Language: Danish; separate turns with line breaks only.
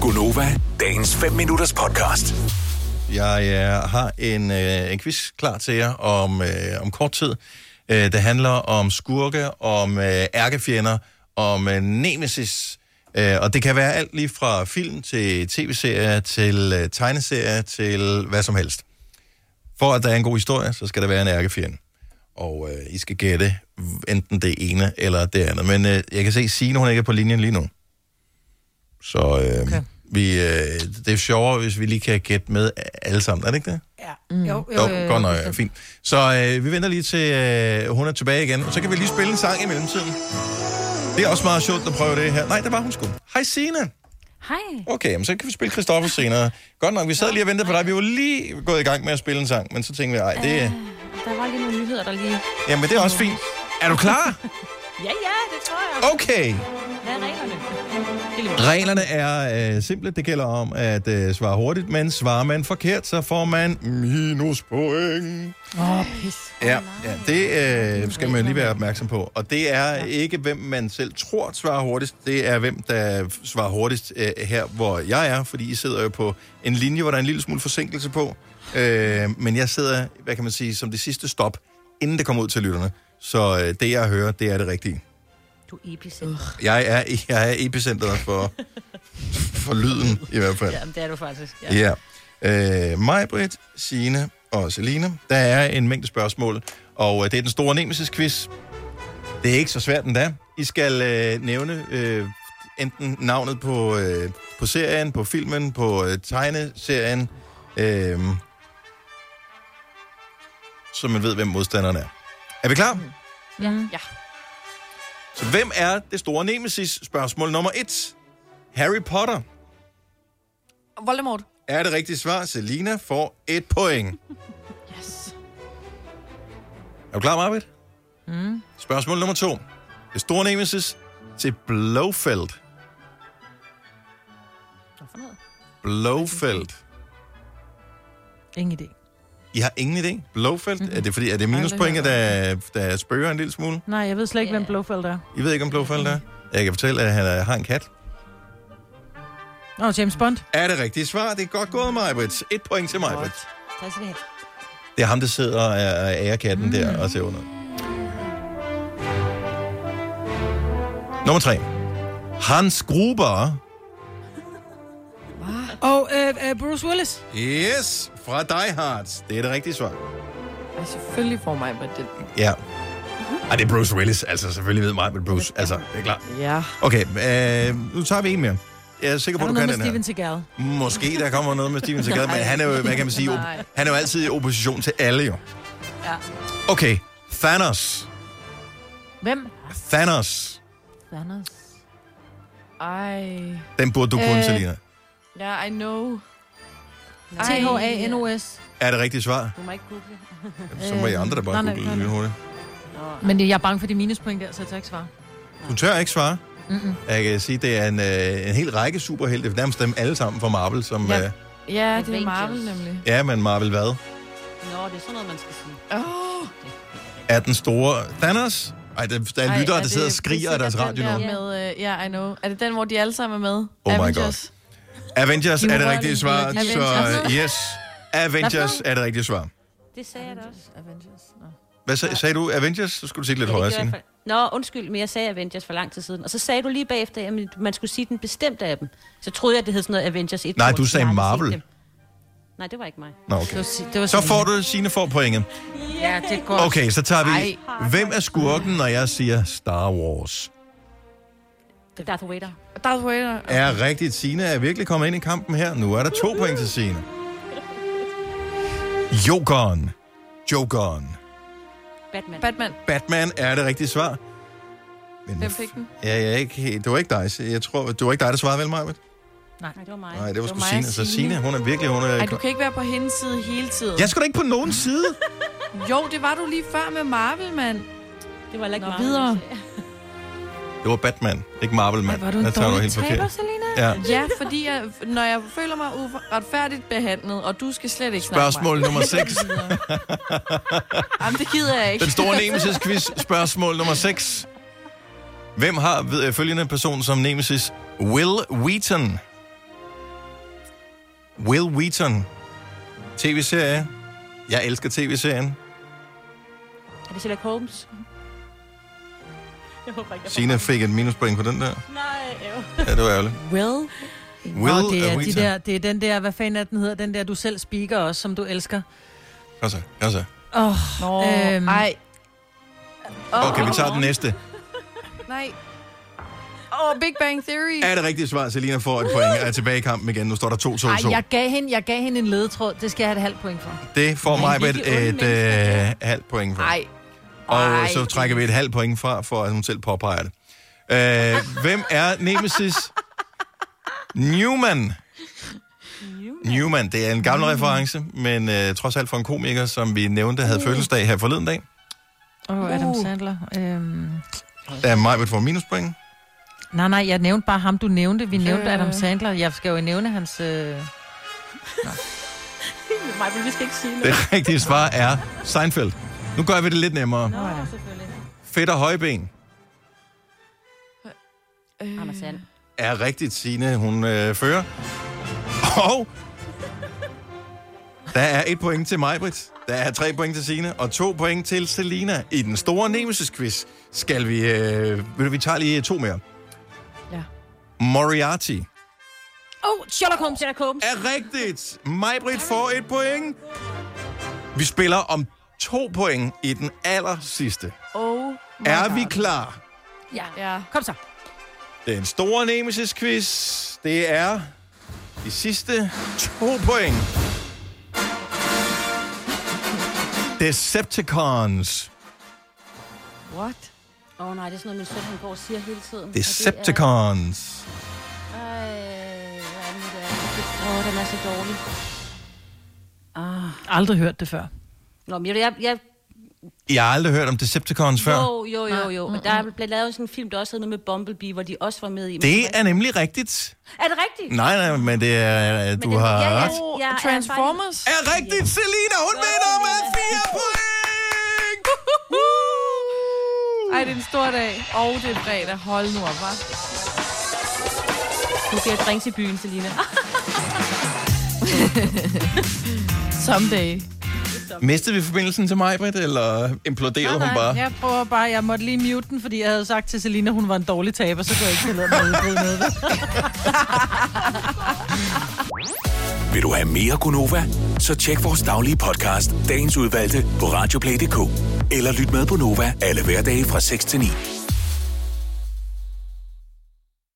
Gunova, dagens 5 minutters podcast.
Jeg øh, har en, øh, en quiz klar til jer om, øh, om kort tid. Øh, det handler om skurke, om øh, ærkefjender, om øh, nemesis. Øh, og det kan være alt lige fra film til tv-serier, til øh, tegneserier, til hvad som helst. For at der er en god historie, så skal der være en ærkefjende. Og øh, I skal gætte enten det ene eller det andet. Men øh, jeg kan se, at Signe hun er ikke er på linjen lige nu. Så øh, okay.
Okay.
vi, øh, det er sjovere, hvis vi lige kan gætte med alle sammen. Er det ikke det?
Ja. Mm. Jo, jo,
Jo,
jo, jo.
godt nok. Ja, fint. Så øh, vi venter lige til øh, hun er tilbage igen. Og så kan vi lige spille en sang i mellemtiden. Det er også meget sjovt at prøve det her. Nej, det var hun sgu. Hej Signe.
Hej.
Okay, men så kan vi spille Christoffer senere. Godt nok, vi sad lige og ventede på dig. Vi var lige gået i gang med at spille en sang, men så tænkte vi, ej, det, øh,
Der var lige nogle nyheder, der lige...
jamen, det er også fint. Er du klar?
Ja, ja, det tror jeg.
Okay.
Hvad er reglerne?
Reglerne er øh, simple. Det gælder om at øh, svare hurtigt, men svarer man forkert, så får man minuspoint.
Åh, oh, pis.
Ja, ja det øh, skal man lige være opmærksom på. Og det er ikke, hvem man selv tror svarer hurtigst. Det er, hvem der svarer hurtigst øh, her, hvor jeg er. Fordi I sidder jo på en linje, hvor der er en lille smule forsinkelse på. Øh, men jeg sidder, hvad kan man sige, som det sidste stop, inden det kommer ud til lytterne. Så øh, det, jeg hører, det er det rigtige.
Du er epicenter.
Jeg er, jeg er epicentret for, for lyden, i hvert fald.
Ja, men det er du faktisk. Ja.
Ja. Øh, Majbrit, Signe og Selina. Der er en mængde spørgsmål, og øh, det er den store nemesis-quiz. Det er ikke så svært endda. I skal øh, nævne øh, enten navnet på, øh, på serien, på filmen, på øh, tegneserien, øh, så man ved, hvem modstanderen er. Er vi klar?
ja.
Så hvem er det store nemesis? Spørgsmål nummer et. Harry Potter.
Voldemort.
Er det rigtige svar? Selina får et point.
Yes.
Er du klar, Marvitt? Mm. Spørgsmål nummer to. Det store nemesis til Blofeld.
Hvad for noget?
Blofeld.
Ingen idé.
I har ingen idé? Blofeld? Mm-hmm. Er det fordi, er det minuspoint, der, der spøger en lille smule?
Nej, jeg ved slet ikke,
Ja.
hvem Blofeld er.
I ved ikke, om Blofeld er? Jeg kan fortælle, at han er- har en kat.
Nå, James Bond.
Er det rigtige svar? Det er godt gået, Majbrit. Et point til Majbrit.
Tak skal du have.
Det er ham, der sidder og er- er ærekatten mm. der og ser under. Nummer tre. Hans Gruber.
Og øh, øh, Bruce Willis.
Yes, fra Die Hard. Det er det rigtige svar.
Ja, selvfølgelig får mig med den.
Ja. Ej, det er Bruce Willis. Altså, selvfølgelig ved mig, men Bruce. Altså, det er klart.
Ja.
Okay, øh, nu tager vi en mere. Jeg er sikker
Er
på,
der
du
noget
kan
med
den her.
Steven Seagal?
Måske der kommer noget med Steven Seagal, men han er jo, hvad kan man sige, op-
Nej.
han er jo altid i opposition til alle jo.
Ja.
Okay, Thanos.
Hvem?
Thanos.
Anders.
Ej.
Den burde du kunne,
Øh.
Selina.
Ja, yeah, I know. Ej.
T-H-A-N-O-S.
Er det rigtige svar?
Du må ikke google.
Så må
Øh,
I andre der bare
nej, nej,
google
nej,
det
nej.
lynhurtigt.
Men jeg er bange for de minuspoint der, så jeg tager ikke svar.
Du tør ikke svare.
Mm-mm.
Jeg kan sige, det er en, øh, en hel række superhelte, nærmest dem alle sammen fra Marvel, som...
Ja.
Øh,
Ja, det
Avengers.
er Marvel nemlig.
ja, men Marvel hvad?
Nå, det er sådan noget, man skal sige.
Åh. Oh,
er den store Thanos. Ej, der, der er lyttere, der sidder og skriger af deres radio nu. Oh
Ja, med, uh, yeah, I know. Er det den, hvor de alle sammen er med?
my Avengers er det
Jura-
rigtige svar,
Avengers.
så yes. Avengers er det rigtige svar.
Det sagde jeg da også.
Avengers. Nå.
Hvad sag, sagde du? Avengers? Så skulle du sige det lidt højere, Signe.
Nå, undskyld, men jeg sagde Avengers for lang tid siden. Og så sagde du lige bagefter, at man skulle sige den bestemte af dem. Så troede jeg, det hed sådan noget Avengers 1.
Nej,
to,
du
og
sagde
jeg har aldrig
Marvel.
set dem. Nej, det var ikke mig.
Nå,
Det
okay.
var, Si- det var
Så
Signe.
får du Signe for pointet.
Ja, det er godt.
Okay, så tager vi... Hvem er skurken, når jeg siger Star Wars?
Det er Darth Vader.
Darth Vader.
Er rigtigt, Signe er virkelig kommet ind i kampen her. Nu er der to point til Signe. Jokeren. Jokeren.
Batman.
Batman.
Batman er det rigtige svar. Men
Hvem fik den?
Ja, jeg er ikke helt... Det var ikke dig. så Jeg tror, det var ikke dig, der svarede vel, Majbet?
Nej, det var mig.
Nej, det var sgu
mig og
Signe. Så
Signe.
Signe, hun er virkelig... Hun er...
Ej, du kan ikke være på hendes side hele tiden.
Jeg skal da ikke på nogen side.
Jo, det var du lige før med Marvel, mand.
Det var heller ikke
Nå,
Marvel,
videre.
jeg sagde.
Det var Batman, ikke Marvel, mand.
Ej, var du en
Der tager
dårlig
Taber, Selina?
Ja.
Ja, fordi jeg, når jeg føler mig uretfærdigt behandlet, og du skal slet ikke snakke
Spørgsmål nummer 6.
mig. Jamen, det gider jeg ikke.
Den store Nemesis-quiz. Spørgsmål nummer 6. Hvem har ved, øh, følgende person som Nemesis? Will Wheaton. Will Wheaton. TV-serie. Jeg elsker tv-serien.
Er det Sherlock Holmes? Jeg håber ikke, jeg
Sina fik et minuspoint på den der.
Nej, æv.
Ja, det var ærgerligt.
Will?
Will
Will det,
er
er de
Wheaton.
der, det er den der, hvad fanden er den hedder, den der, du selv speaker også, som du elsker.
Kom så, kom så.
Åh, oh,
Nå,
Øhm.
ej.
Okay, vi tager den næste.
Nej. Åh, oh, Big Bang Theory.
Er det rigtige svar, Selina får et point og er tilbage i kampen igen. Nu står der 2-2-2.
ej, jeg gav, hende, jeg gav hende en ledetråd. Det skal jeg have et halvt point for.
Det får
Men
mig
hvilke onde
et
mennesker,
øh, halvt point for.
Nej.
Og
Ej.
så trækker vi et halvt point fra, for at hun selv påpeger det. Øh, hvem er Nemesis? Newman. Newman, det er en gammel reference, men øh, trods alt for en komiker, som vi nævnte, havde fødselsdag her forleden dag.
Åh, oh, Adam Sandler. Øhm,
Der er mig, får minuspoint.
nej, nej, jeg nævnte bare ham, du nævnte. Vi nævnte Adam Sandler. Jeg skal jo nævne hans... Øh...
Nej, men vi skal ikke sige noget.
Det rigtige svar er Seinfeld. Nu gør vi det lidt nemmere.
Nå, ja. selvfølgelig.
Fedt og højben
Anders Sand.
er rigtigt, Signe, hun øh, fører. Og der er et point til Majbrit, der er tre point til Signe, og to point til Selina. I den store Nemesis-quiz skal vi... Øh, vil du, vi tager lige to mere.
Ja.
Moriarty
Oh, Sherlock Holmes, Sherlock Holmes.
er rigtigt. Majbrit får et point. Vi spiller om to point i den aller sidste.
Oh, my
Er
God.
vi klar?
Ja.
Ja.
Kom så.
Den store Nemesis-quiz, det er de sidste to point. Decepticons.
What?
Åh oh, nej, det er sådan noget, min søn han går og siger hele tiden. Og det er-
Decepticons.
Ej, hvad er det nu, det er? Åh, oh, den er så dårlig.
Aldrig hørt det før.
Nå, men jeg, jeg, jeg
Jeg har aldrig hørt om Decepticons før.
jo, jo, jo, jo. Men der er blevet lavet sådan en film, der også hedder noget med Bumblebee, hvor de også var med i. Men
Det er nemlig rigtigt.
Er det rigtigt?
Nej, nej, men det er, du
den-
har
ja, ja.
ret.
Oh,
Jeg er
Transformers?
Er rigtigt, Selina. Hun vinder med fire point.
Ej, det er en stor dag. Og det er fredag. Hold nu op, hva'?
Du skal ringe til byen, Selina.
Someday.
Mistede vi forbindelsen til mig, Britt, eller imploderede hun bare?
Jeg prøver bare, jeg måtte lige mute den, fordi jeg havde sagt til Selina, hun var en dårlig taber, så kunne jeg ikke tillade mig at udbryde noget. vel?
Vil du have mere Gunova? Så tjek vores daglige podcast, dagens udvalgte, på radioplay.dk. Eller lyt med på Nova alle hverdage fra 6 til 9.